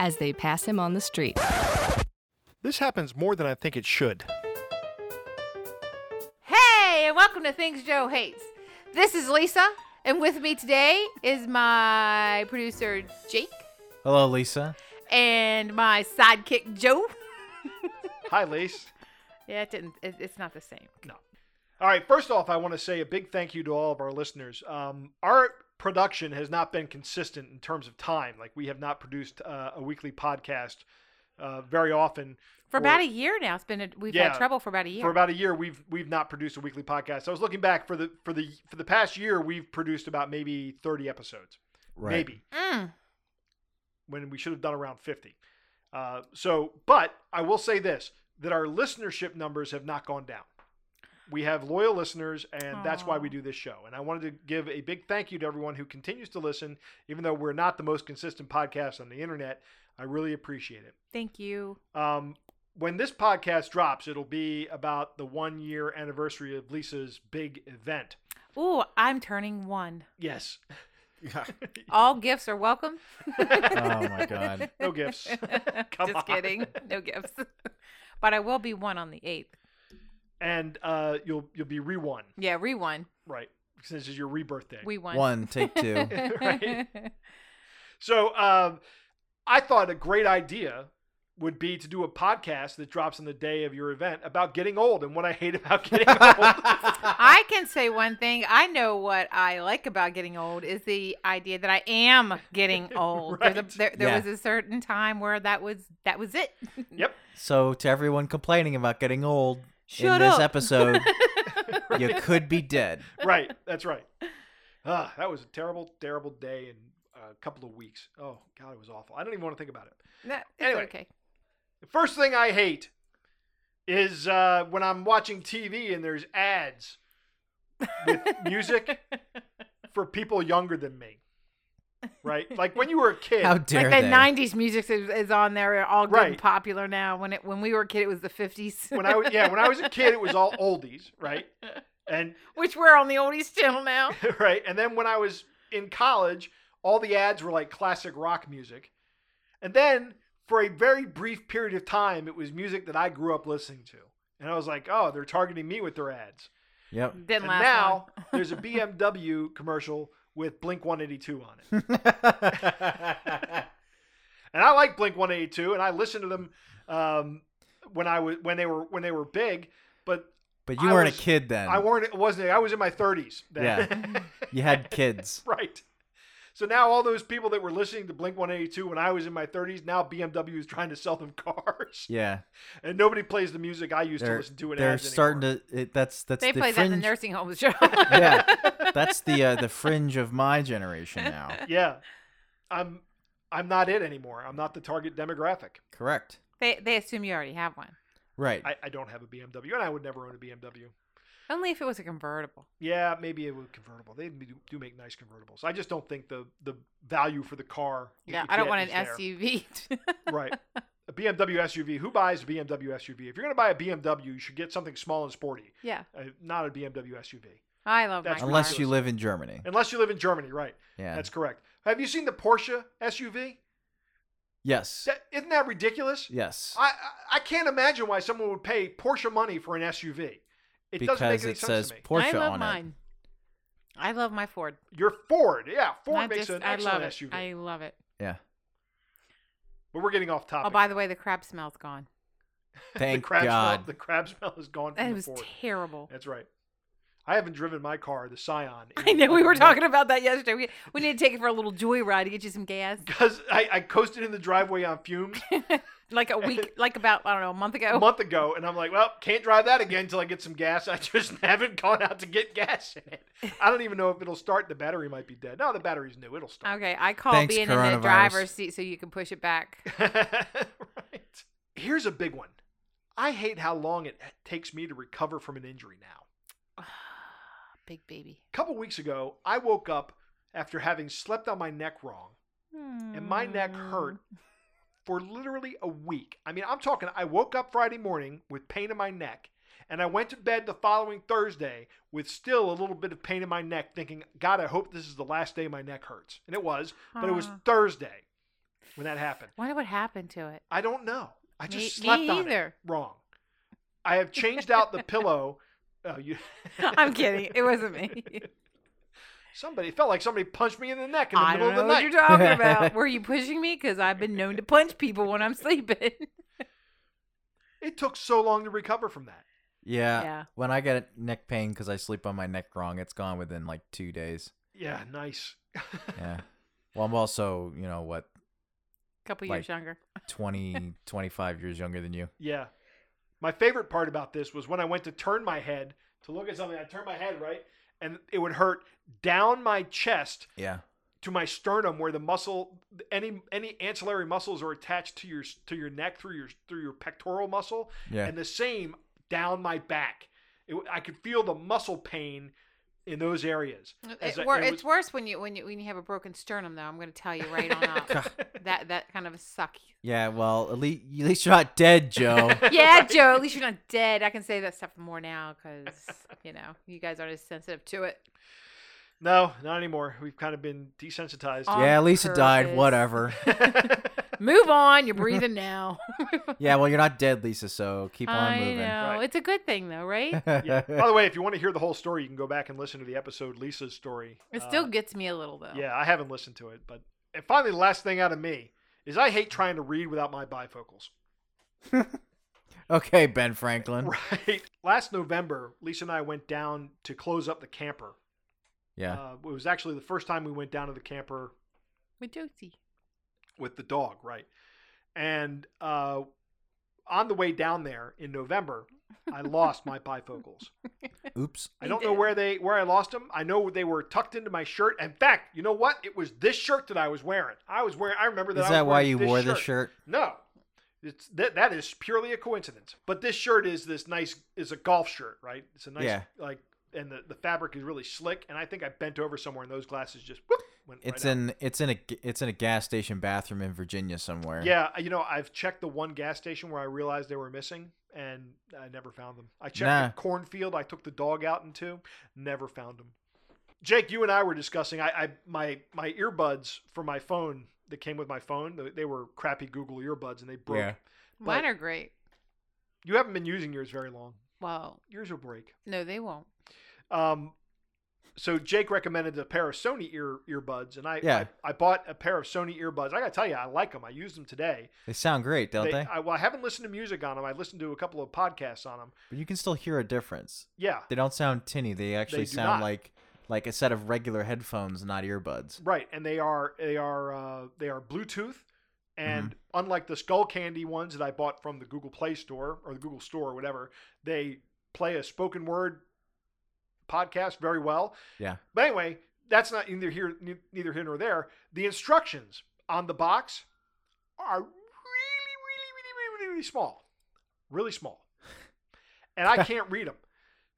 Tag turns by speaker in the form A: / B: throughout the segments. A: as they pass him on the street.
B: This happens more than I think it should.
C: Hey, and welcome to Things Joe Hates. This is Lisa, and with me today is my producer Jake
D: Hello, Lisa.
C: and my sidekick Joe.
B: Hi, Lace.
C: Yeah, it didn't. It, it's not the same.
B: No. All right. First off, I want to say a big thank you to all of our listeners. Um, our production has not been consistent in terms of time. Like we have not produced uh, a weekly podcast uh, very often. Or-
C: For about a year now, it's been a, we've
B: Yeah.
C: had trouble for about a year.
B: For about a year, we've we've not produced a weekly podcast. I was looking back for the for the for the past year, we've produced about maybe thirty episodes, maybe
C: Mm.
B: when we should have done around fifty. Uh, so, but I will say this: that our listenership numbers have not gone down. We have loyal listeners, and that's why we
C: Aw.
B: do this show. And I wanted to give a big thank you to everyone who continues to listen, even though we're not the most consistent podcast on the internet. I really appreciate it.
C: Thank you.
B: Um, when this podcast drops, it'll be about the one year anniversary of Lisa's big event.
C: Ooh, I'm turning one.
B: Yes.
C: All gifts are welcome.
D: Oh my god.
B: No gifts. Come
C: Just
B: on.
C: kidding. No gifts. but I will be one on the eighth.
B: And uh, you'll you'll be re one,
C: Yeah, re one.
B: right? Since it's your rebirth day.
C: We won.
D: One take two.
B: Right. So um, I thought a great idea would be to do a podcast that drops on the day of your event about getting old and what I hate about getting old.
C: I can say one thing. I know what I like about getting old is the idea that I am getting old. There's
B: Right.
C: a, there there
D: Yeah.
C: was a certain time where that was that was it.
B: yep.
D: so to everyone complaining about getting old in
C: Shut
D: this
C: up.
D: episode, you could be dead.
B: Right. That's right. Ah, that was a terrible, terrible day and a couple of weeks. Oh God, it was awful. I don't even want to think about it.
C: No, it's
B: Anyway.
C: okay.
B: The first thing I hate is uh, when I'm watching TV and there's ads with music for people younger than me. Right? Like when you were a kid.
D: How dare
C: like the
D: they?
C: '90s music is, is on there, all good
B: Right.
C: and popular now. When it when we were a kid, it was the '50s,
B: when I was- yeah, when I was a kid, it was all oldies, right? And
C: which we're on the oldies channel now.
B: right, and then when I was in college, all the ads were like classic rock music, and then for a very brief period of time, it was music that I grew up listening to, and I was like, oh, they're targeting me with their ads.
D: Yep.
C: Didn't
B: And
C: last long.
B: now there's a BMW commercial with Blink 182 on it. and I like Blink 182, and I listened to them um, when I was when they were when they were big, but
D: But you
B: I
D: weren't
B: was-
D: a kid then.
B: I weren't wasn't I was in my 30s. Then.
D: you had kids.
B: right. So now all those people that were listening to Blink 182 when I was in my 30s, now BMW is trying to sell them cars,
D: Yeah.
B: and nobody plays the music I used to
D: They're,
B: listen to. In
D: they're
B: ads
D: starting
B: anymore.
D: to it, that's that's
C: They
D: the
C: play that in
D: fringe.
C: the nursing homes show.
D: yeah. That's the uh, the fringe of my generation now.
B: Yeah, I'm I'm not it anymore. I'm not the target demographic.
D: Correct.
C: they they assume you already have one,
D: Right.
B: I, I don't have a BMW, and I would never own a BMW.
C: only if it was a convertible.
B: Yeah, maybe it would convertible. They do do make nice convertibles. I just don't think the the value for the car. that
C: Yeah,
B: you
C: I don't
B: get
C: want
B: is
C: an
B: there.
C: SUV.
B: right. A BMW SUV. Who buys a BMW SUV? If you're going to buy a BMW, you should get something small and sporty,
C: yeah,
B: uh, not a BMW SUV.
C: I love
B: That's
C: my
D: Unless
C: car.
B: ridiculous.
D: you live in Germany.
B: Unless you live in Germany, right?
D: Yeah.
B: That's correct. Have you seen the Porsche SUV?
D: yes.
B: That, isn't that ridiculous?
D: Yes.
B: I I- I can't imagine why someone would pay Porsche money for an SUV. It doesn't make
D: because
B: any sense
D: it says
B: to me.
D: Porsche
C: I love
D: on
C: mine. I love my Ford.
B: Your Ford, yeah, Ford
C: I
B: makes
C: just-
B: an
C: I
B: excellent
C: love it.
B: SUV.
C: I love it.
D: it. Yeah.
B: But we're getting off topic.
C: Oh, by the way, the crab smell's gone.
B: the
D: Thank
B: crab
D: God.
B: smell. The crab smell is gone from
C: It
B: the
C: was
B: Ford.
C: terrible.
B: That's right. I haven't driven my car, the Scion.
C: I know we were talking about that yesterday. We, we need to take it for a little joyride to get you some gas.
B: because I, I coasted in the driveway on fumes
C: Like a week, like about I don't know, a month ago.
B: a month ago, and I'm like, well, can't drive that again until I get some gas. I just haven't gone out to get gas in it. I don't even know if it'll start. The battery might be dead. No, the battery's new. It'll start.
C: Okay, I call
D: Thanks,
C: being in the
D: coronavirus.
C: driver's seat so you can push it back.
B: right. Here's a big one. I hate how long it takes me to recover from an injury now.
C: Big baby.
B: A couple weeks ago, I woke up after having slept on my neck wrong, and my neck hurt for literally a week. I mean, I'm talking, I woke up Friday morning with pain in my neck, and I went to bed the following Thursday with still a little bit of pain in my neck, thinking, God, I hope this is the last day my neck hurts. And it was, but it was
C: Huh.
B: Thursday when that happened.
C: Hmm. Wonder what happened to it.
B: I don't know. I just
C: Me-
B: slept
C: me
B: on it
C: either.
B: wrong. I have changed out the pillow. Oh, you.
C: I'm kidding. It wasn't me.
B: Somebody it felt like somebody punched me in the neck in the
C: I
B: middle of
C: don't know
B: the
C: what
B: night.
C: you're talking about. Were you pushing me? Because I've been known to punch people when I'm sleeping.
B: it took so long to recover from that.
D: Yeah.
C: Yeah.
D: When I get neck pain because I sleep on my neck wrong, it's gone within like two days.
B: Yeah, nice.
D: Yeah. well, I'm also, you know, what,
C: couple
D: Like-
C: years younger.
D: 20, 25 years younger than you.
B: Yeah. My favorite part about this was when I went to turn my head to look at something. I turned my head right, and it would hurt down my chest
D: Yeah.
B: to my sternum, where the muscle, any any ancillary muscles are attached to your to your neck through your through your pectoral muscle,
D: Yeah.
B: and the same down my back. It, I could feel the muscle pain in those areas. As
C: It,
B: I-
C: wor-
B: it
C: it's
B: was-
C: worse when you when you when you have a broken sternum, though. I'm going to tell you right on up. that that kind of a suck.
D: yeah. Well, at least, at least you're not dead, Joe.
C: Yeah, Joe. At least you're not dead. I can say that stuff more now because you know you guys aren't as sensitive to it.
B: No, not anymore. We've kind of been desensitized.
C: On
D: yeah. At least it died.
C: purpose.
D: Whatever.
C: Move on. You're breathing now.
D: yeah. Well, you're not dead, Lisa. So keep on
C: I
D: moving.
C: know.
B: Right.
C: It's a good thing though, right?
B: Yeah. By the way, if you want to hear the whole story, you can go back and listen to the episode Lisa's story.
C: It
B: Uh,
C: still gets me a little though.
B: yeah, I haven't listened to it, but and finally, the last thing out of me is I hate trying to read without my bifocals.
D: okay, Ben Franklin.
B: Right. Last November, Lisa and I went down to close up the camper.
D: Yeah.
B: Uh, it was actually the first time we went down to the camper
C: With Josie.
B: with the dog, right? And uh, on the way down there in November, I lost my bifocals. Uh,
D: Oops.
B: I
C: He
B: don't know
C: did.
B: where they where I lost them. I know they were tucked into my shirt. In fact, you know what? It was this shirt that I was wearing. I was wearing. I remember that.
D: Is
B: I
D: that
B: was
D: why
B: wearing
D: you wore this shirt?
B: No, it's that that is purely a coincidence. But this shirt is this nice is a golf shirt, right? It's a nice
D: Yeah.
B: like, and the, the fabric is really slick. And I think I bent over somewhere, and those glasses just whoop, went.
D: It's
B: right out.
D: in it's in a g- it's in a gas station bathroom in Virginia somewhere.
B: Yeah, you know, I've checked the one gas station where I realized they were missing, and I never found them. I checked
D: Nah.
B: the cornfield. I took the dog out into, never found them. Jake, you and I were discussing. I, I my my earbuds for my phone that came with my phone. They, they were crappy Google earbuds, and they broke.
D: Yeah.
C: Mine
B: But-
C: are great.
B: You haven't been using yours very long.
C: Well,
B: Yours will break.
C: no, they won't.
B: Um, so Jake recommended a pair of Sony ear earbuds, and I,
D: Yeah.
B: I I bought a pair of Sony earbuds. I gotta tell you, I like them. I used them today.
D: They sound great, don't they?
B: I, well, I haven't listened to music on them. I listened to a couple of podcasts on them.
D: But you can still hear a difference.
B: Yeah,
D: They don't sound tinny. They actually
B: do not.
D: sound like like a set of regular headphones, not earbuds.
B: right. And they are they are uh, they are Bluetooth, and
D: Mm-hmm.
B: unlike the Skull Candy ones that I bought from the Google Play Store or the Google Store or whatever, they play a spoken word podcast very well.
D: Yeah.
B: But anyway, that's not neither here ne- neither here nor there. The instructions on the box are really really really really really small, really small, and I can't read them.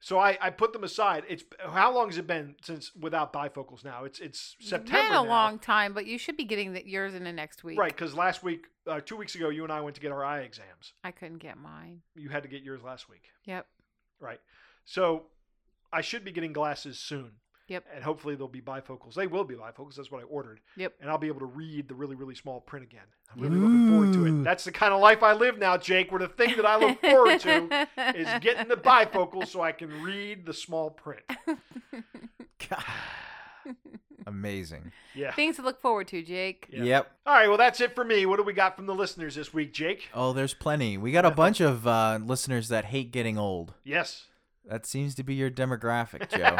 B: So I, I put them aside. It's how long has it been since without bifocals now? It's it's September.
C: It's been a
B: now.
C: long time, but you should be getting the, yours in the next week.
B: right? Because last week, uh, two weeks ago, you and I went to get our eye exams.
C: I couldn't get mine.
B: You had to get yours last week,
C: Yep.
B: right? So I should be getting glasses soon,
C: Yep.
B: and hopefully they'll be bifocals. They will be bifocals. That's what I ordered.
C: Yep.
B: and I'll be able to read the really, really small print again. I'm really looking forward to it.
D: Ooh.
B: That's the kind of life I live now, Jake, where the thing that I look forward to is getting the bifocal so I can read the small print.
D: God. Amazing.
B: Yeah.
C: Things to look forward to, Jake.
B: Yeah.
D: Yep.
B: All right, well, that's it for me. What do we got from the listeners this week, Jake?
D: Oh, there's plenty. We got a bunch of uh, listeners that hate getting old.
B: Yes.
D: That seems to be your demographic, Joe.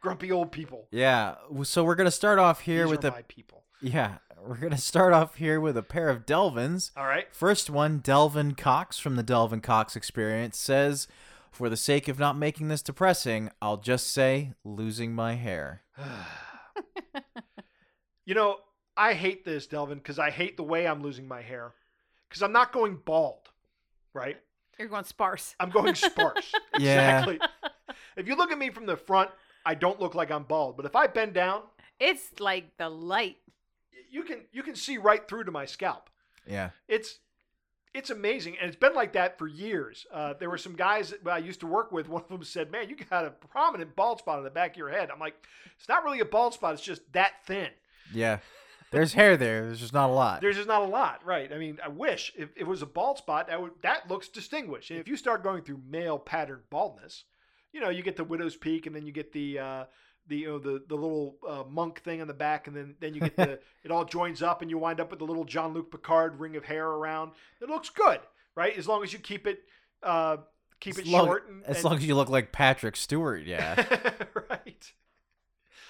B: Grumpy old people.
D: yeah. So we're gonna start off here
B: These
D: with
B: are
D: a
B: my people.
D: yeah. We're gonna start off here with a pair of Delvins.
B: All right.
D: First one, Delvin Cox from the Delvin Cox Experience says, For the sake of not making this depressing, I'll just say losing my hair.
B: You know, I hate this, Delvin, because I hate the way I'm losing my hair. because I'm not going bald, right?
C: You're going sparse.
B: I'm going sparse.
D: Yeah.
B: exactly. If you look at me from the front, I don't look like I'm bald, but if I bend down,
C: It's like the light.
B: y- you can you can see right through to my scalp.
D: Yeah.
B: It's it's amazing, and it's been like that for years. Uh, there were some guys that I used to work with. One of them said, "Man, you got a prominent bald spot on the back of your head." I'm like, "It's not really a bald spot. It's just that thin.
D: Yeah. There's hair there. There's just not a lot.
B: There's just not a lot, right? I mean, I wish if it was a bald spot that would that looks distinguished. And if you start going through male pattern baldness, you know, you get the widow's peak, and then you get the uh, the you know, the the little uh, monk thing on the back, and then then you get the it all joins up, and you wind up with the little John Luke Picard ring of hair around. It looks good, right? As long as you keep it uh, keep
D: as
B: it
D: long,
B: short. And,
D: as
B: and-
D: long as you look like Patrick Stewart, yeah.
B: right.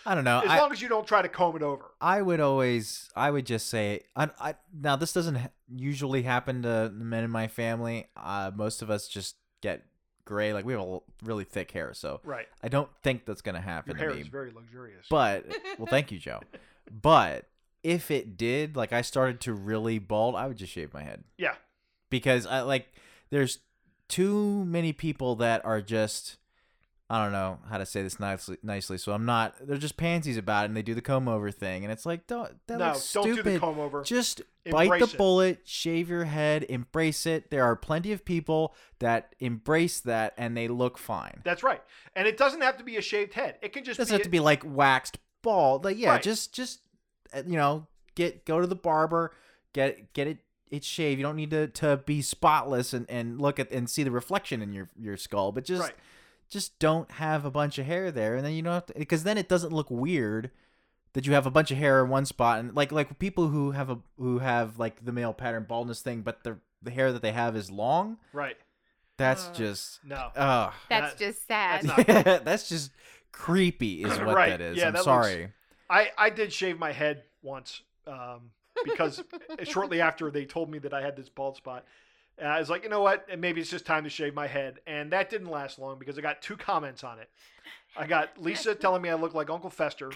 D: I don't know.
B: As
D: I,
B: long as you don't try to comb it over.
D: I would always, I would just say, I, I, now this doesn't ha- usually happen to the men in my family. Uh, most of us just get gray. Like we have a l- really thick hair, so
B: Right.
D: I don't think that's gonna
B: Your
D: happen
B: hair
D: to me.
B: is very luxurious.
D: But well, thank you, Joe. But if it did, like I started to really bald, I would just shave my head
B: yeah.
D: because I like there's too many people that are just I don't know how to say this nicely nicely so I'm not they're just pansies about it and they do the comb over thing and it's like don't that
B: No,
D: looks
B: don't do
D: stupid
B: the comb over.
D: just bite
B: Embrace
D: the
B: it.
D: bullet shave your head embrace it there are plenty of people that embrace that and they look fine
B: That's right. And it doesn't have to be a shaved head. It can
D: it
B: just
D: doesn't
B: be
D: have to be like waxed bald like yeah
B: Right.
D: just just uh, you know get go to the barber get get it it shaved you don't need to, to be spotless and, and look at and see the reflection in your your skull but just
B: Right.
D: just don't have a bunch of hair there and then you don't have to because then it doesn't look weird that you have a bunch of hair in one spot and like like people who have a who have like the male pattern baldness thing but the the hair that they have is long
B: Right.
D: that's
C: Ugh.
D: just
B: No.
D: uh
C: That's
B: That-
C: just sad.
B: that's not-
D: that's just creepy is what
B: Right,
D: that is
B: yeah,
D: i'm
B: that looks-
D: sorry
B: I, I did shave my head once um, because shortly after they told me that I had this bald spot, and I was like, you know what? Maybe it's just time to shave my head. And that didn't last long because I got two comments on it. I got Lisa telling me I look like Uncle Fester.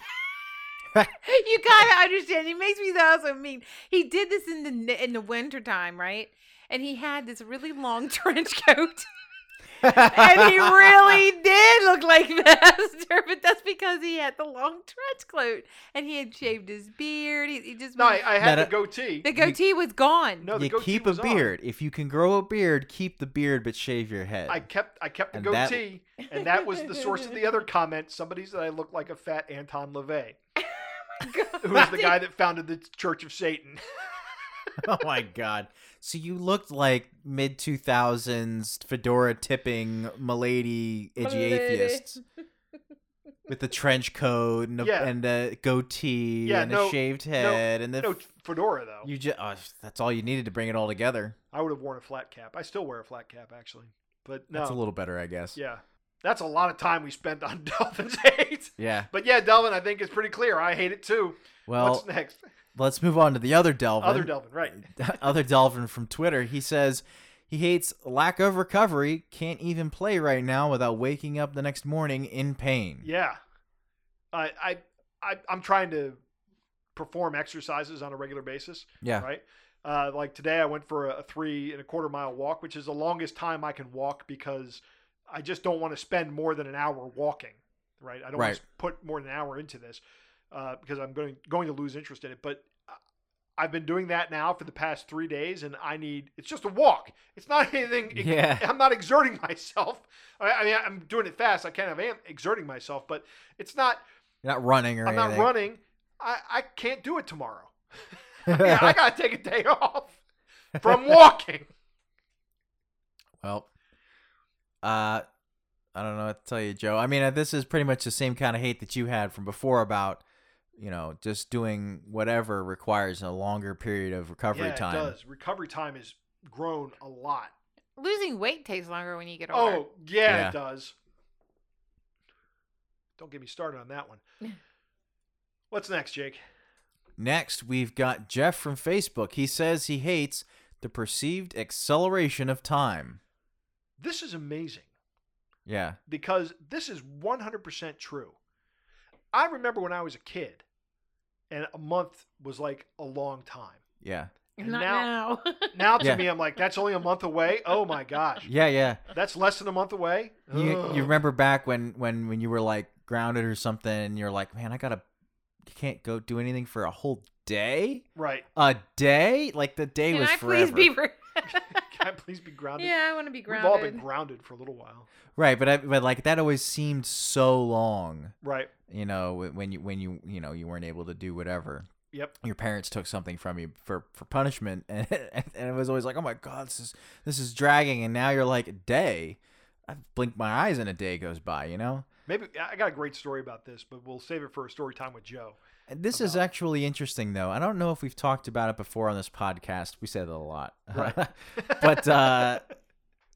C: you gotta understand. He makes me sound so mean. He did this in the in the winter time, right? And he had this really long trench coat, and he really did look like Master. But that's because he had the long trench coat, and he had shaved his beard. He, he just
B: No, I, I had
D: That-
B: the goatee.
C: the goatee was gone.
B: No, the
D: you
B: goatee
D: keep a
B: was on.
D: beard. If you can grow a beard, keep the beard, but shave your head.
B: I kept I kept the
D: And that-
B: goatee, and that was the source of the other comment. Somebody said I looked like a fat Anton LaVey,
D: Oh
B: who was the guy that founded the Church of Satan.
D: oh my god! So you looked like mid two thousands fedora tipping milady edgy
C: Milady.
D: atheists with the trench coat and a,
B: Yeah.
D: and a goatee
B: Yeah,
D: and
B: no-
D: a shaved head and the
B: No fedora though.
D: you just that's all you needed to bring it all together.
B: I would have worn a flat cap. I still wear a flat cap actually, but no.
D: That's a little better, I guess.
B: yeah, that's a lot of time we spent on Delvin's hate.
D: Yeah.
B: But yeah, Delvin, I think it's pretty clear. I hate it too.
D: Well,
B: What's next?
D: let's move on to the other Delvin. Uh,
B: Other Delvin, right?
D: other Delvin from Twitter. He says he hates lack of recovery, can't even play right now without waking up the next morning in pain.
B: Yeah, I I, I I'm trying to perform exercises on a regular basis.
D: Yeah.
B: right? Uh, like today, I went for a a three and a quarter mile walk, which is the longest time I can walk because I just don't want to spend more than an hour walking, right? I don't want
D: Right.
B: to put more than an hour into this uh, because I'm going going to lose interest in it. But I- I've been doing that now for the past three days, and I need it's just a walk. It's not anything.
D: Yeah.
B: I'm not exerting myself. I, I mean, I'm doing it fast. I kind of am exerting myself, but it's not.
D: You're not running or
B: I'm
D: anything.
B: not running. I, I can't do it tomorrow. Yeah, I gotta take a day off from walking.
D: well, uh, I don't know what to tell you, Joe. I mean, uh, this is pretty much the same kind of hate that you had from before about, you know, just doing whatever requires a longer period of recovery
B: yeah,
D: time.
B: it does. Recovery time has grown a lot.
C: Losing weight takes longer when you get older.
B: Oh, yeah,
D: Yeah.
B: it does. Don't get me started on that one. What's next, Jake?
D: Next, we've got Jeff from Facebook. He says he hates the perceived acceleration of time.
B: This is amazing
D: Yeah.
B: because this is 100% true. I remember when I was a kid and a month was like a long time.
D: Yeah.
B: And
C: Not
B: now,
C: now.
B: now to
D: Yeah.
B: me, I'm like, that's only a month away. Oh my gosh,
D: Yeah, yeah.
B: that's less than a month away.
D: You,
B: Ugh.
D: you remember back when when when you were like grounded or something, and you're like, man, I gotta can't go do anything for a whole day.
B: right?
D: A day, like the day
C: Can
D: was
C: I
D: forever.
C: please be? Re-
B: Can I please be grounded?
C: yeah, I want to be
B: We've
C: grounded.
B: all been grounded for a little while,
D: right, but I, but like that always seemed so long.
B: right?
D: You know, wh- when you when you you know you weren't able to do whatever.
B: Yep.
D: Your parents took something from you for, for punishment, and, and it was always like, "Oh my God, this is this is dragging." And now you're like, "A day, I blink my eyes and a day goes by." You know,
B: Maybe I got a great story about this, but we'll save it for a story time with Joe.
D: And This is
B: about.
D: actually interesting, though. I don't know if we've talked about it before on this podcast. We said it a lot,
B: Right.
D: but uh,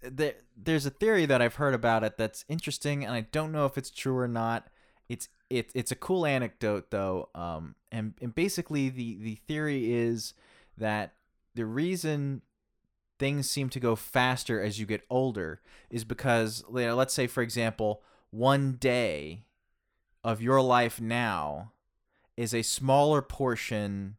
D: there, there's a theory that I've heard about it that's interesting, and I don't know if it's true or not. It's it, it's a cool anecdote, though. Um, and and basically the the theory is that the reason things seem to go faster as you get older is because you know, let's say for example one day of your life now is a smaller portion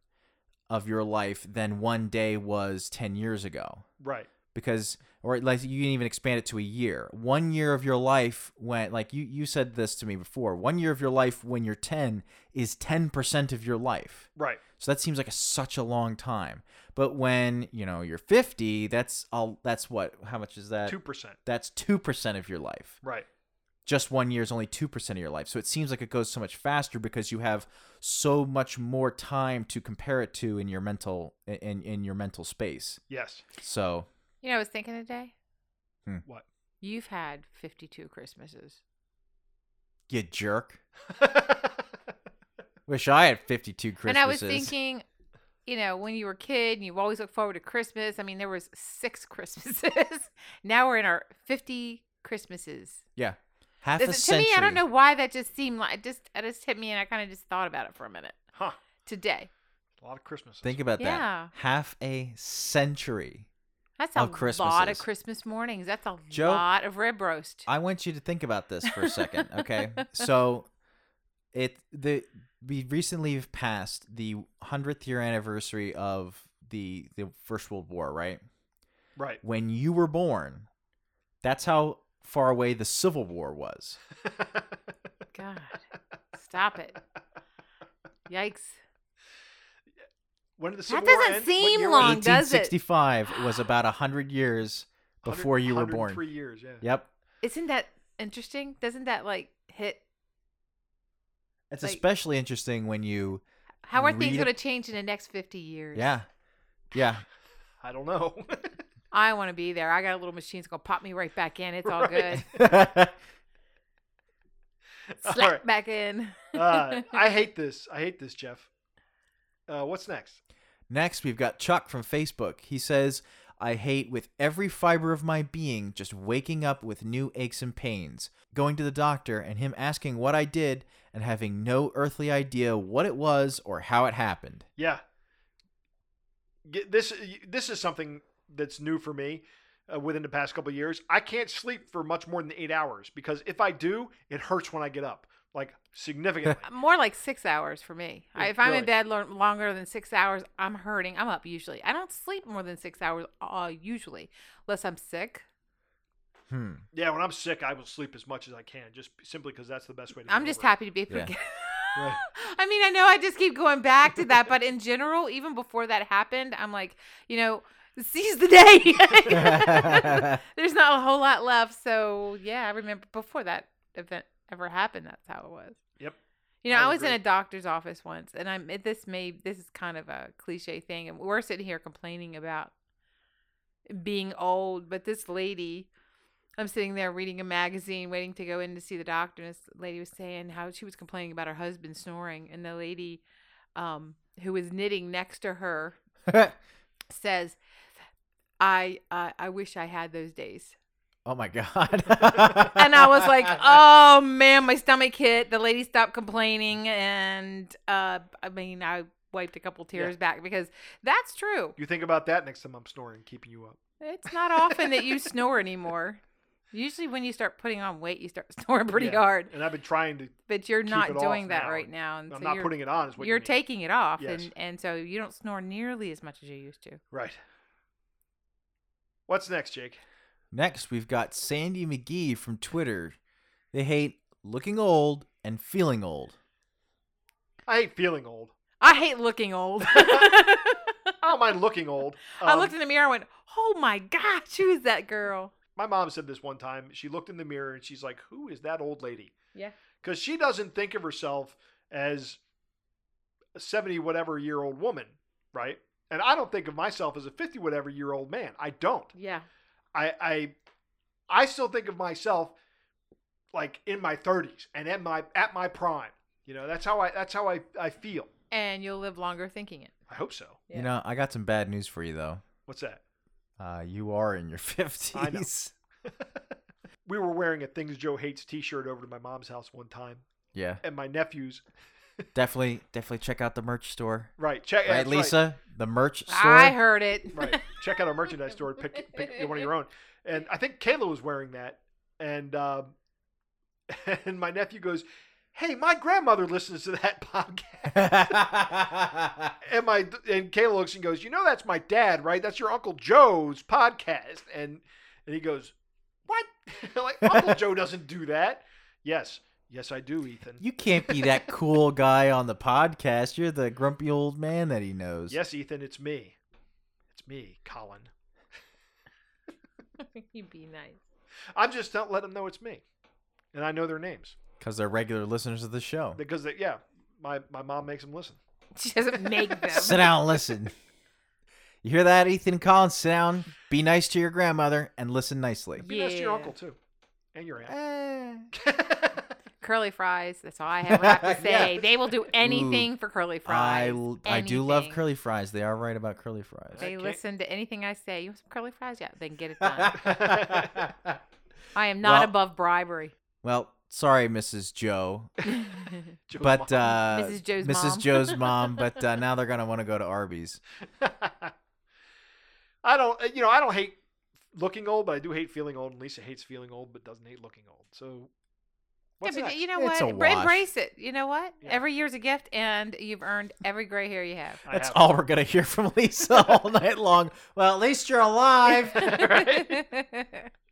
D: of your life than one day was 10 years ago
B: Right.
D: because or like you can even expand it to a year one year of your life when like you you said this to me before one year of your life when you're 10 is 10% of your life
B: Right.
D: so that seems like a, such a long time but when you know you're 50 that's all that's what how much is that
B: Two percent.
D: that's 2% of your life
B: Right.
D: just one year is only 2% of your life. So it seems like it goes so much faster because you have so much more time to compare it to in your mental in in your mental space.
B: Yes.
D: So
C: You know, I was thinking today.
D: Hmm.
B: What?
C: You've had fifty-two Christmases.
D: you jerk. Wish I had 52 Christmases.
C: And I was thinking, you know, when you were a kid and you always look forward to Christmas. I mean, there was six Christmases. now we're in our fifty Christmases.
D: yeah. Half a
C: This- to
D: century.
C: me, I don't know why that just seemed like it just it just hit me, and I kind of just thought about it for a minute
B: huh.
C: today.
B: A lot of Christmas.
D: Think about
C: Yeah.
D: that. Half a century.
C: That's a
D: Of
C: lot
D: Oh, Christmases.
C: of Christmas mornings. That's a
D: Joe,
C: lot of rib roast.
D: I want you to think about this for a second, okay? so it the we recently have passed the 100th year anniversary of the the First World War, right?
B: Right.
D: When you were born, that's how far away the Civil War was.
C: God, stop it! Yikes!
B: when did the Civil
C: That
B: War
C: doesn't
B: end? What
C: seem
B: year was it?
C: long, does it?
D: 1865 was about 100 years before you were born.
B: Three years, yeah.
D: Yep.
C: Isn't that interesting? Doesn't that like hit?
D: It's
C: Like-
D: especially interesting when you
C: How are
D: Read
C: things
D: a-
C: going to change in the next fifty years?
D: Yeah. Yeah.
B: I don't know.
C: I want to be there. I got a little machine that's gonna pop me right back in. It's all
B: Right.
C: good.
B: All
C: Slap
B: right.
C: back in.
B: uh, I hate this. I hate this, Jeff. Uh, what's next?
D: Next, we've got Chuck from Facebook. He says, I hate with every fiber of my being just waking up with new aches and pains, going to the doctor and him asking what I did and having no earthly idea what it was or how it happened.
B: Yeah. Get- This this is something that's new for me uh, within the past couple of years. I can't sleep for much more than eight hours because if I do, it hurts when I get up, like significantly.
C: More like six hours for me. I,
B: Yeah,
C: if I'm
B: really.
C: in bed lo- longer than six hours, I'm hurting. I'm up usually. I don't sleep more than six hours uh, usually, unless I'm sick.
D: Hmm.
B: yeah, when I'm sick, I will sleep as much as I can, just simply because that's the best way to.
C: I'm
B: get
C: just
B: over it.
C: happy to be
D: Yeah.
C: forgiven.
B: Right.
C: I mean, I know I just keep going back to that, but in general, even before that happened, I'm like, you know, seize the day.
D: Oh,
C: There's not a whole lot left. So, yeah, I remember before that event ever happened, that's how it was.
B: Yep.
C: You know,
B: I
C: I,
B: would
C: was in
B: agree.
C: a doctor's office once, and I'm it- this may this is kind of a cliche thing, and we're sitting here complaining about being old, but this lady, I'm sitting there reading a magazine, waiting to go in to see the doctor. And this lady was saying how she was complaining about her husband snoring, and the lady, um, who was knitting next to her, says, "I I, I wish I had those days."
D: oh my God.
C: and I was like, "Oh man, my stomach hit." The lady stopped complaining, and uh, I mean, I wiped a couple tears back because that's true.
B: You think about that next time I'm snoring, keeping you up.
C: It's not often that you snore anymore. Usually, when you start putting on weight, you start snoring pretty
B: Yeah.
C: hard.
B: And I've been trying to.
C: But you're
B: Keep it
C: not
B: off
C: doing that
B: now.
C: right now, and
B: I'm
C: so
B: not
C: you're,
B: putting it on. Is what you
C: you're
B: mean.
C: taking it off,
B: Yes.
C: and and so you don't snore nearly as much as you used to.
B: right. What's next, Jake?
D: Next, we've got Sandy McGee from Twitter. They hate looking old and feeling old.
B: I hate feeling old.
C: I hate looking old.
B: I don't mind looking old.
C: Oh. I
B: Um,
C: looked in the mirror and went, "Oh my gosh, who is that girl?"
B: My mom said this one time. She looked in the mirror and she's like, "Who is that old lady?"
C: Yeah.
B: Because she doesn't think of herself as a seventy whatever year old woman, right? And I don't think of myself as a fifty whatever year old man. I don't.
C: Yeah.
B: I I I still think of myself like in my thirties and at my at my prime. You know, that's how I that's how I I feel.
C: And you'll live longer thinking it.
B: I hope so.
C: Yeah.
D: You know, I got some bad news for you though.
B: What's that?
D: Uh, you are in your fifties.
B: I know. We were wearing a Things Joe Hates T-shirt over to my mom's house one time,
D: Yeah,
B: and my nephews.
D: definitely, definitely check out the merch store.
B: Right, check
D: Right,
B: that's
D: Lisa, the merch store.
C: I heard it.
B: right. Check out our merchandise store. and Pick, pick one of your own. And I think Kayla was wearing that. And um, and my nephew goes, "Hey, my grandmother listens to that podcast." And my and Kayla looks and goes, "You know that's my dad, right? That's your Uncle Joe's podcast." And and he goes, "What? like Uncle Joe doesn't do that?" Yes, yes, I do, Ethan.
D: you can't be that cool guy on the podcast. You're the grumpy old man that he knows.
B: yes, Ethan, it's me. It's me, Colin.
C: You'd be nice.
B: I'm just don't let them know it's me, and I know their names.
D: because they're regular listeners of the show.
B: because they, yeah, my my mom makes them listen.
C: She doesn't make them.
D: sit down and listen. You hear that, Ethan and Collins? Sit down, be nice to your grandmother, and listen nicely.
B: Be nice to your
C: Yeah.
B: uncle too, and your aunt.
D: Eh.
C: curly fries. That's all I ever have to say.
D: Yeah.
C: They will do anything for curly
D: I,
C: fries.
D: l- I do love
C: Anything.
D: curly fries. They are right about curly fries.
C: They
B: Okay.
C: listen to anything I say. You want some curly fries? Yeah, then get it done. I am not
D: Well-
C: above bribery.
D: well, sorry, Mrs. Joe,
B: Joe's
D: but uh,
C: Mrs. Joe's
D: Mrs.
C: mom.
D: Joe's mom, But uh, now they're gonna want to go to Arby's.
B: mom.
D: uh,
B: I don't, uh, you know, I don't hate looking old, but I do hate feeling old. And Lisa hates feeling old, but doesn't hate looking old. So, what's
C: yeah, but
B: next?
C: you know
D: It's
C: what?
D: a
C: Embra-
D: wash.
C: Embrace it. You know what?
B: Yeah.
C: Every year's a gift, and you've earned every gray hair you have.
B: I
D: That's
B: have-
D: all we're gonna hear from Lisa all night long. Well, at least you're alive.
B: Right?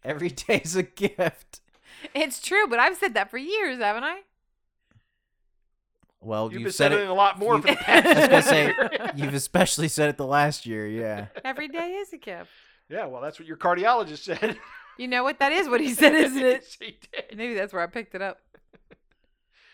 D: Every day's a gift.
C: it's true, but I've said that for years, haven't I?
D: Well,
B: You've
D: you've,
B: been
D: said
B: saying
D: it.
B: a lot more
D: you-
B: for the past.
D: I was gonna say
B: year.
D: you've especially said it the last year. Yeah.
C: Every day is a gift.
B: yeah, well, that's what your cardiologist said.
C: You know what? That is what he said, isn't it?
B: she did.
C: Maybe that's where I picked it up.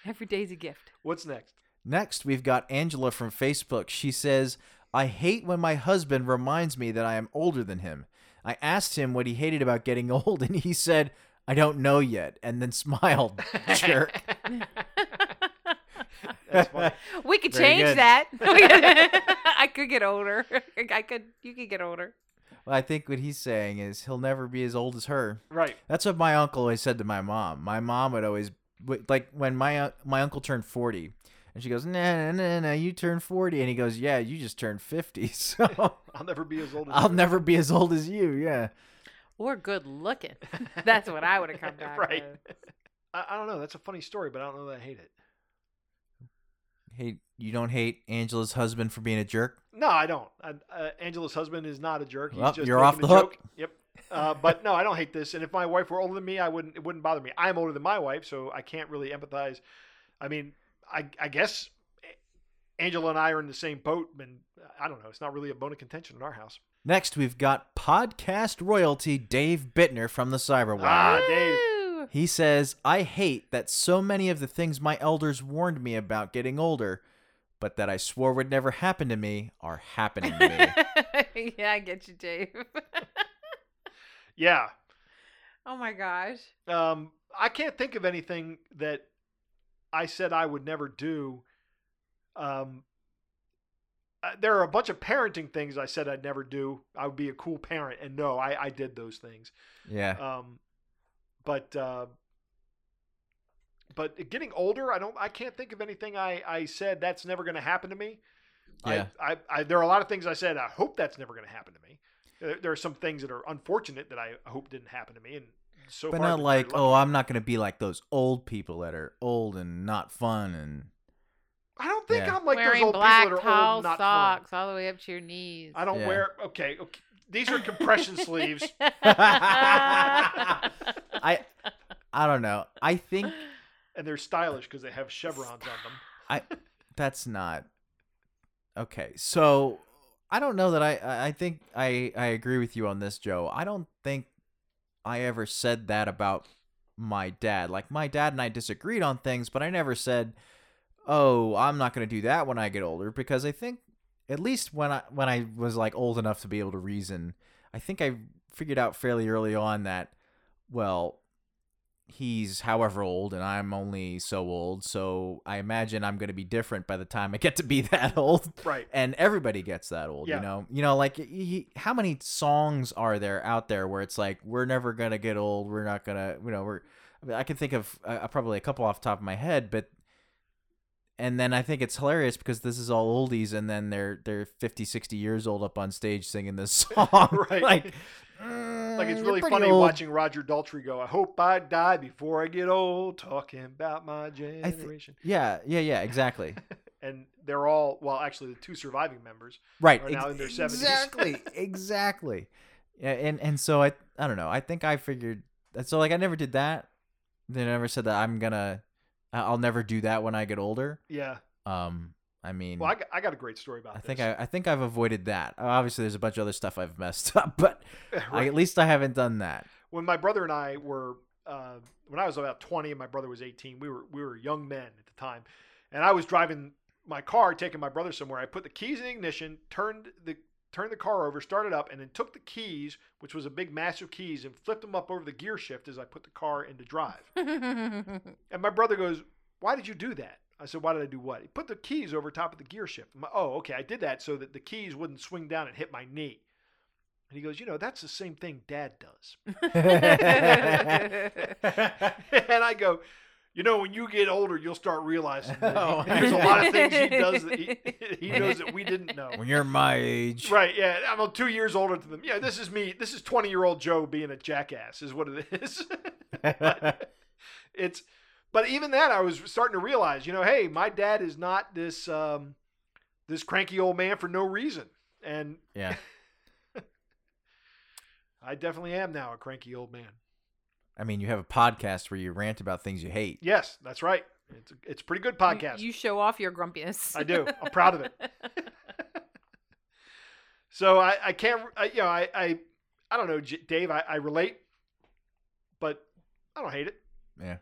C: Every day's a gift.
B: What's next?
D: Next, we've got Angela from Facebook. She says, I hate when my husband reminds me that I am older than him. I asked him what he hated about getting old, and he said, I don't know yet, and then smiled. Jerk.
B: That's funny.
C: We could
D: Very
C: change
D: good.
C: that. I could get older. I could. You could get older.
D: Well, I think what he's saying is he'll never be as old as her.
B: right.
D: That's what my uncle always said to my mom. My mom would always w- like when my un- my uncle turned 40 and she goes, "Nah, nah, nah, nah, you turned 40." And he goes, "Yeah, you just turned 50." So
B: I'll never be as old as
D: I'll
B: you.
D: never be as old as you. Yeah.
C: Or good looking. That's what I would have come back.
B: Right.
C: with.
B: I, I don't know. That's a funny story, but I don't know that I hate it.
D: Hey, you don't hate Angela's husband for being a jerk?
B: No, I don't. I, uh, Angela's husband is not a jerk. He's
D: Well,
B: just
D: you're
B: making
D: off the
B: a
D: hook.
B: joke. Yep. Uh, but no, I don't hate this. And if my wife were older than me, I wouldn't. It wouldn't bother me. I'm older than my wife, so I can't really empathize. I mean, I, I guess Angela and I are in the same boat, and I don't know. It's not really a bone of contention in our house.
D: Next, we've got podcast royalty Dave Bittner from the Cyberwire.
B: Ah, Dave.
C: Woo!
D: He says, I hate that so many of the things my elders warned me about getting older, but that I swore would never happen to me, are happening to me.
C: yeah, I get you, Dave.
B: Yeah.
C: oh my gosh.
B: Um, I can't think of anything that I said I would never do. Um, uh, there are a bunch of parenting things I said I'd never do. I would be a cool parent, and no, I, I did those things.
D: yeah.
B: Um, but uh, but getting older, I don't. I can't think of anything I, I said that's never going to happen to me.
D: Yeah.
B: I, I, I there are a lot of things I said I hope that's never going to happen to me. There, there are some things that are unfortunate that I hope didn't happen to me, and so
D: but
B: far
D: not
B: been
D: like,
B: very
D: oh,
B: lucky.
D: I'm not going to be like those old people that are old and not fun and
B: I don't think
D: yeah.
B: I'm like
C: Wearing
B: those old
C: black
B: people that are
C: tall
B: old, not
C: socks
B: fun.
C: all the way up to your knees.
B: I don't
D: Yeah.
B: wear. Okay, okay, these are compression sleeves.
D: I I don't know. I think
B: and they're stylish because they have chevrons on them.
D: that's not okay. So I don't know that I I- I think I I agree with you on this, Joe. I don't think I ever said that about my dad. Like my dad and I disagreed on things, but I never said, "Oh, I'm not going to do that when I get older," because I think at least when I when I was like old enough to be able to reason, I think I figured out fairly early on that well, he's however old and I'm only so old, so I imagine I'm going to be different by the time I get to be that old.
B: Right.
D: And everybody gets that old,
B: Yeah.
D: you know. You know, like y- y how many songs are there out there where it's like we're never gonna get old, we're not gonna, you know, we're. I, mean, I can think of uh, probably a couple off the top of my head, but and then I think it's hilarious because this is all oldies, and then they're they're 50, 60 years old up on stage singing this song,
B: Right.
D: Like,
B: Like it's really
D: "Mm, you're pretty
B: funny
D: old."
B: watching Roger Daltrey go, "I hope I die before I get old," talking about my
D: thi-
B: generation.
D: Yeah, yeah, yeah, exactly.
B: and they're all well, actually, the two surviving members.
D: right
B: are now in their 70s.
D: exactly exactly yeah and and so i i don't know i think i figured that so like i never did that they never said that i'm gonna I- i'll never do that when i get older
B: Yeah.
D: um i mean
B: Well, I got, I got a great story about
D: I
B: this.
D: think I, I think I've avoided that. Uh, Obviously, there's a bunch of other stuff I've messed up, but I,
B: Right.
D: at least I haven't done that.
B: when my brother and I were uh, when I was about 20 and my brother was 18, we were we were young men at the time, and I was driving my car, taking my brother somewhere. I put the keys in the ignition, turned the turned the car over, started up, and then took the keys, which was a big massive keys, and flipped them up over the gear shift as I put the car into drive. And my brother goes, "Why did you do that?" I said, "Why did I do what?" He put the keys over top of the gear shift. I'm like, oh, okay, I did that so that the keys wouldn't swing down and hit my knee. And he goes, "You know, that's the same thing Dad does." and I go, you know, when you get older, you'll start realizing that
D: Oh,
B: he- there's a lot of things he does that he, he knows that we didn't know.
D: when you're my age,
B: Right? Yeah, I'm uh, two years older than them. Yeah, this is me. This is 20 year old Joe being a jackass, is what it is. But it's, but even that, I was starting to realize, you know, hey, my dad is not this um, this cranky old man for no reason, and
D: yeah,
B: I definitely am now a cranky old man.
D: I mean, you have a podcast where you rant about things you hate.
B: Yes, that's right. It's a, it's a pretty good podcast.
C: You, you show off your grumpiness.
B: I do. I'm proud of it. so I, I can't, I, you know, I, I, I don't know, J- Dave. I, I relate, but I don't hate it.
D: Yeah.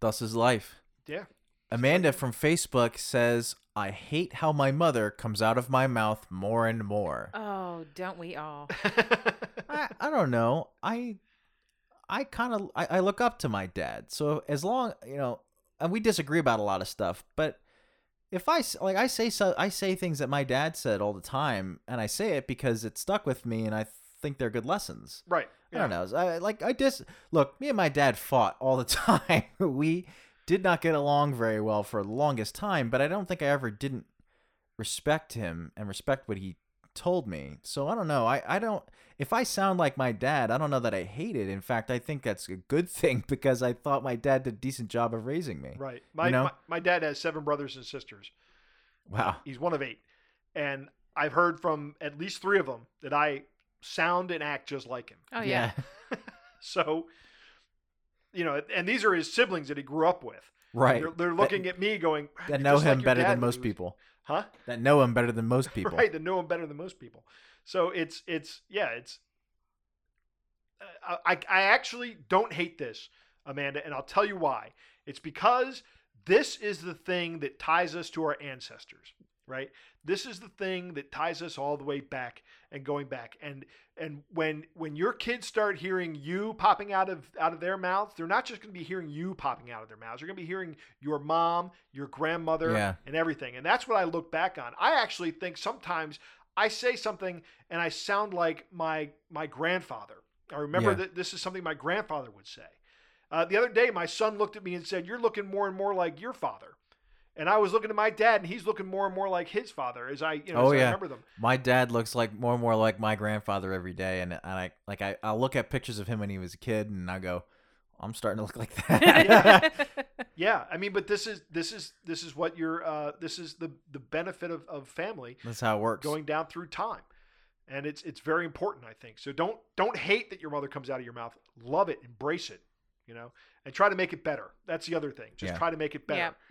D: Thus is life.
B: Yeah.
D: Amanda from Facebook says, I hate how my mother comes out of my mouth more and more.
C: Oh, don't we all?
D: I, I don't know. I I kind of I, I look up to my dad. So as long you know, and we disagree about a lot of stuff, but if I s- like I say so I say things that my dad said all the time, and I say it because it stuck with me, and I think they're good lessons.
B: right.
D: I don't know. It's- I like I just look. Me and my dad fought all the time. we did not get along very well for the longest time, but I don't think I ever didn't respect him and respect what he told me. So I don't know. I I don't. If I sound like my dad, I don't know that I hate it. In fact, I think that's a good thing because I thought my dad did a decent job of raising me.
B: Right. My,
D: You know?
B: my my dad has seven brothers and sisters.
D: Wow.
B: He's one of eight, and I've heard from at least three of them that I sound and act just like him.
C: Oh yeah.
B: So, you know, and these are his siblings that he grew up with.
D: Right.
B: They're, they're looking at me going, "You're
D: That know
B: just like
D: him
B: your
D: better
B: dad
D: than
B: when he
D: most
B: was-"
D: people.
B: Huh?
D: That know him better than most people.
B: right that know him better than most people so it's it's yeah it's uh, I, I actually don't hate this amanda and i'll tell you why it's because this is the thing that ties us to our ancestors right this is the thing that ties us all the way back and going back and and when when your kids start hearing you popping out of out of their mouths they're not just going to be hearing you popping out of their mouths they're going to be hearing your mom your grandmother
D: Yeah.
B: and everything and that's what i look back on i actually think sometimes i say something and i sound like my my grandfather i remember
D: Yeah.
B: that this is something my grandfather would say uh, the other day my son looked at me and said you're looking more and more like your father And I was looking at my dad, and he's looking more and more like his father as I, you know,
D: Oh,
B: as I
D: yeah.
B: remember them.
D: My dad looks like more and more like my grandfather every day, and, and I like I I look at pictures of him when he was a kid, and I go, I'm starting to look like that.
B: Yeah, I mean, but this is this is this is what your uh, this is the the benefit of, of family
D: That's how it works.
B: going down through time, and it's it's very important, I think. So don't don't hate that your mother comes out of your mouth. Love it, embrace it, you know, and try to make it better. That's the other thing. Just
D: Yeah.
B: try to make it better.
C: Yeah.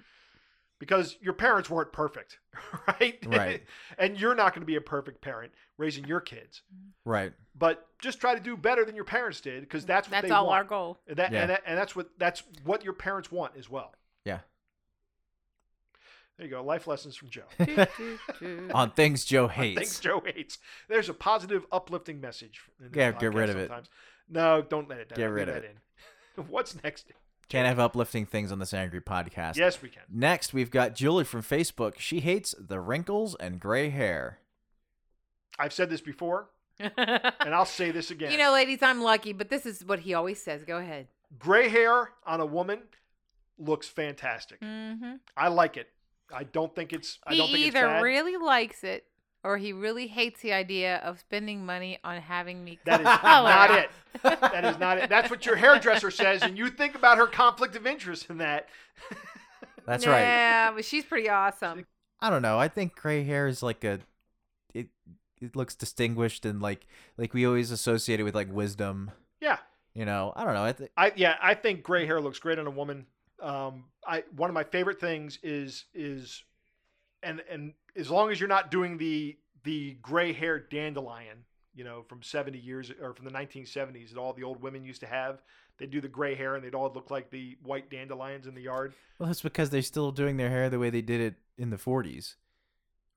B: Because your parents weren't perfect, right?
D: Right.
B: and you're not going to be a perfect parent raising your kids.
D: right.
B: But just try to do better than your parents did, because that's what
C: That's
B: they
C: all
B: want.
C: our goal.
B: And that,
D: Yeah.
B: and that and that's what that's what your parents want as well.
D: Yeah.
B: There you go. Life lessons from Joe.
C: Doo, doo, doo.
D: On things Joe
B: I
D: hates.
B: think Joe hates. There's a positive, uplifting message. In this
D: Yeah, get
B: podcast
D: rid of it.
B: sometimes. No, don't let it.
D: Get rid of
B: it. In. What's next?
D: Can't have uplifting things on this angry podcast.
B: Yes, we can.
D: Next, we've got Julie from Facebook. She hates the wrinkles and gray hair.
B: I've said this before, and I'll say this again.
C: You know, ladies, I'm lucky, but this is what he always says. Go ahead.
B: gray hair on a woman looks fantastic.
C: Mm-hmm.
B: I like it. I don't think it's. I
C: He
B: don't think it's
C: either
B: bad.
C: really likes it or he really hates the idea of spending money on having me.
B: That is
C: color.
B: not it. That is not it. That's what your hairdresser says, and you think about her conflict of interest in that.
D: That's
C: yeah,
D: right.
C: but she's pretty awesome.
D: I don't know. I think gray hair is like a it it looks distinguished and like like we always associate it with like wisdom.
B: Yeah.
D: You know, I don't know. I th-
B: I yeah, I think gray hair looks great on a woman. Um, I one of my favorite things is is, and and as long as you're not doing the the gray hair dandelion, you know, from 70 years or from the 1970s that all the old women used to have. They do the gray hair and they'd all look like the white dandelions in the yard.
D: well, that's because they're still doing their hair the way they did it in the 40s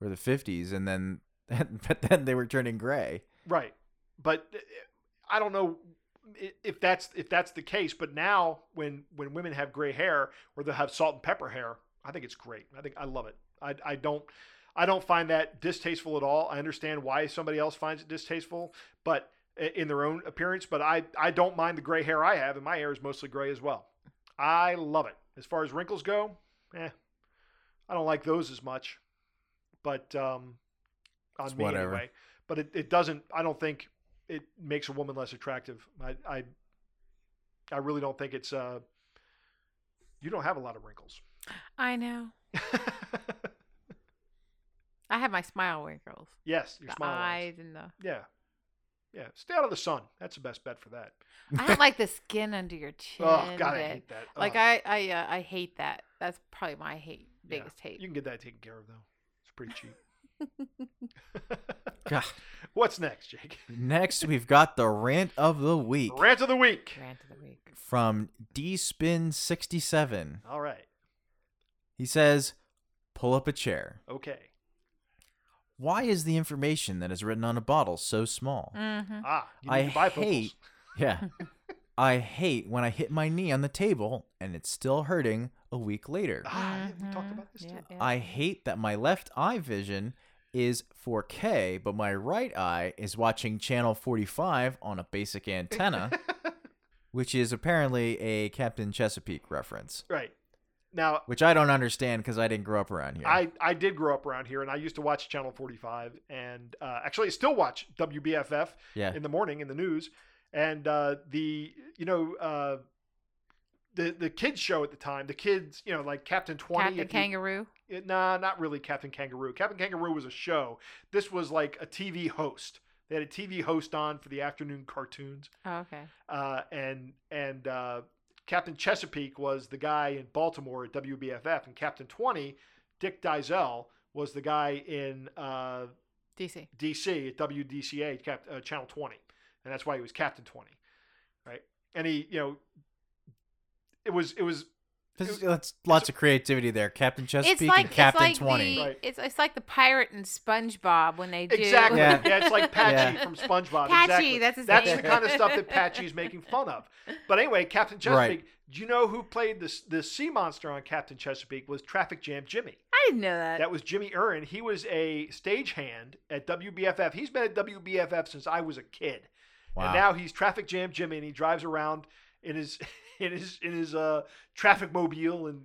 D: or the 50s, and then but then they were turning gray.
B: Right. But uh, I don't know i- if that's if that's the case, but now when when women have gray hair or they'll have salt and pepper hair, I think it's great. I think I love it. I I don't I don't find that distasteful at all. I understand why somebody else finds it distasteful, but i- in their own appearance, but I I don't mind the gray hair I have and my hair is mostly gray as well. I love it. As far as wrinkles go, eh, I don't like those as much. But um on
D: It's
B: me
D: whatever.
B: anyway but it, it doesn't i don't think it makes a woman less attractive i i, I really don't think it's uh you don't have a lot of wrinkles
C: I know. I have my smile wrinkles,
B: yes your
C: the
B: smile lines.
C: eyes, and the.
B: yeah yeah stay out of the sun that's the best bet for that
C: I don't like the skin under your chin.
B: oh god i
C: that-
B: hate that
C: Like
B: Ugh.
C: I, I, uh, I hate that. That's probably my hate,
B: Yeah.
C: biggest hate.
B: you can get that taken care of though it's pretty cheap
D: God.
B: what's next jake
D: Next, we've got the rant of the week
B: rant of the week
C: Rant of the week.
D: from D Spin 67.
B: all right
D: He says, "Pull up a chair."
B: okay
D: Why is the information that is written on a bottle so small?
C: Mm-hmm.
B: ah you need
D: I
B: to buy Puffles.
D: hate. Yeah. I hate when I hit my knee on the table and it's still hurting a week later.
B: ah yeah, we talked about this
C: Mm-hmm. yeah,
B: too
C: yeah.
D: I hate that my left eye vision is 4K, but my right eye is watching channel 45 on a basic antenna, which is apparently a Captain Chesapeake reference,
B: right now
D: which I don't understand because I didn't grow up around here.
B: I, I did grow up around here and I used to watch Channel 45 and uh, actually I still watch WBFF
D: yeah.
B: in the morning in the news and uh, the you know uh, the the kids show at the time the kids you know like Captain 20
C: Captain
B: if you-
C: Kangaroo.
B: it- nah, not really Captain Kangaroo. Captain Kangaroo was a show. This was like a TV host. They had a TV host on for the afternoon cartoons
C: Oh, okay.
B: uh, and and uh, Captain Chesapeake was the guy in Baltimore at WBFF, and Captain Twenty, Dick Dizel, was the guy in uh,
C: DC.
B: DC at WDCA cap, uh, Channel Twenty, and that's why he was Captain Twenty, right? And he, you know, it was it was
D: This is- that's lots of creativity there. Captain Chesapeake and Captain 20.
C: The,
B: Right.
C: it's, it's like the pirate and SpongeBob when they do
B: exactly yeah.
D: Yeah.
B: it's like Patchy
D: Yeah.
B: from SpongeBob.
C: Patchy,
B: exactly.
C: that's his
B: that's
C: name.
B: the kind of stuff that Patchy's making fun of. But anyway, Captain
D: Right.
B: Chesapeake. Do you know who played this the sea monster on Captain Chesapeake? Was Traffic Jam Jimmy?
C: I didn't know that.
B: That was Jimmy Urran. He was a stagehand at WBFF. He's been at WBFF since I was a kid,
D: Wow.
B: and now he's traffic jam Jimmy, and he drives around in his in his in his uh traffic mobile and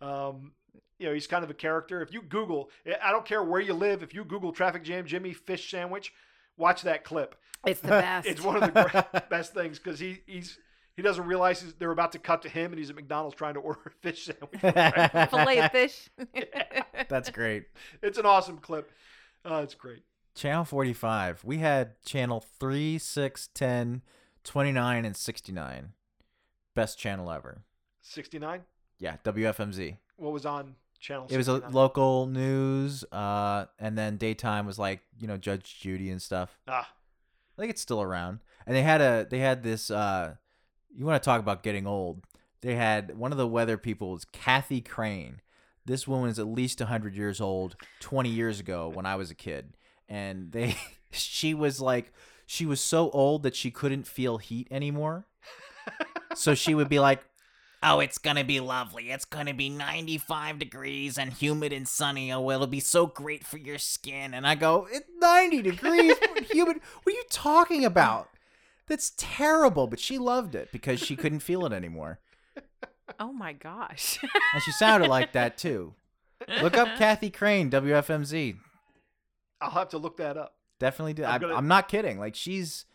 B: um You know, he's kind of a character. If you Google, I don't care where you live, if you Google Traffic Jam Jimmy Fish Sandwich, watch that clip.
C: It's the best.
B: It's one of the gr- best things because he, he's. He doesn't realize he's, they're about to cut to him, and he's at McDonald's trying to order a fish sandwich.
C: fillet of fish.
D: That's great.
B: It's an awesome clip. Uh, it's great.
D: Channel 45. We had channel 3, 6, 10, 29, and 69. Best channel ever.
B: 69.
D: Yeah, WFMZ.
B: What was on channel?
D: It was a
B: 69?
D: local news, uh, and then daytime was like, you know, Judge Judy and stuff.
B: Ah,
D: I think it's still around. And they had a they had this uh you want to talk about getting old. They had one of the weather people was Kathy Crane. This woman is at least 100 years old 20 years ago when I was a kid. And they she was like she was so old that she couldn't feel heat anymore. so she would be like Oh, it's gonna be lovely. It's gonna be 95 degrees and humid and sunny. Oh, it'll be so great for your skin. And I go, it's 90 degrees, but humid. What are you talking about? That's terrible. But she loved it because she couldn't feel it anymore.
C: oh my gosh.
D: And she sounded like that too. Look up Kathy Crane, WFMZ.
B: I'll have to look that up.
D: Definitely do.
B: I'm
D: I'm,
B: gonna-
D: I'm not kidding. Like she's,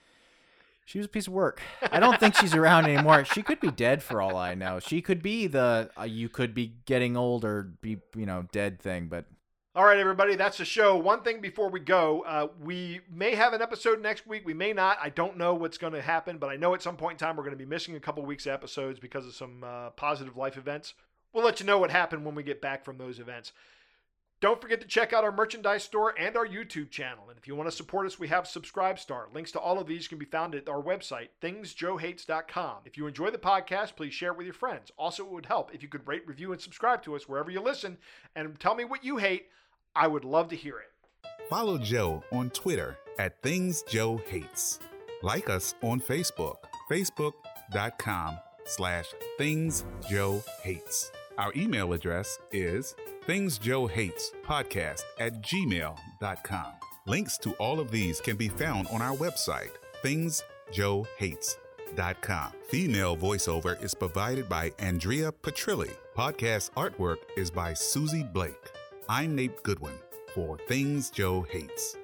D: she was a piece of work. I don't think she's around anymore. She could be dead for all I know. She could be the uh, you could be getting old or be you know dead thing. But
B: All right, everybody, that's the show. One thing before we go, uh, we may have an episode next week. We may not. I don't know what's going to happen, but I know at some point in time we're going to be missing a couple weeks of episodes because of some uh, positive life events. We'll let you know what happened when we get back from those events. Don't forget to check out our merchandise store and our YouTube channel. And if you want to support us, we have Subscribestar. Links to all of these can be found at our website, thingsjoehates.com. If you enjoy the podcast, please share it with your friends. Also, it would help if you could rate, review, and subscribe to us wherever you listen and tell me what you hate. I would love to hear it.
E: Follow Joe on Twitter at Things Joe Hates. Like us on Facebook, facebook.com slash Things Joe Hates. Our email address is Things Joe Hates Podcast at gmail.com. Links to all of these can be found on our website, thingsjoehates.com. Female voiceover is provided by Andrea Petrilli. Podcast artwork is by Susie Blake. I'm Nate Goodwin for Things Joe Hates.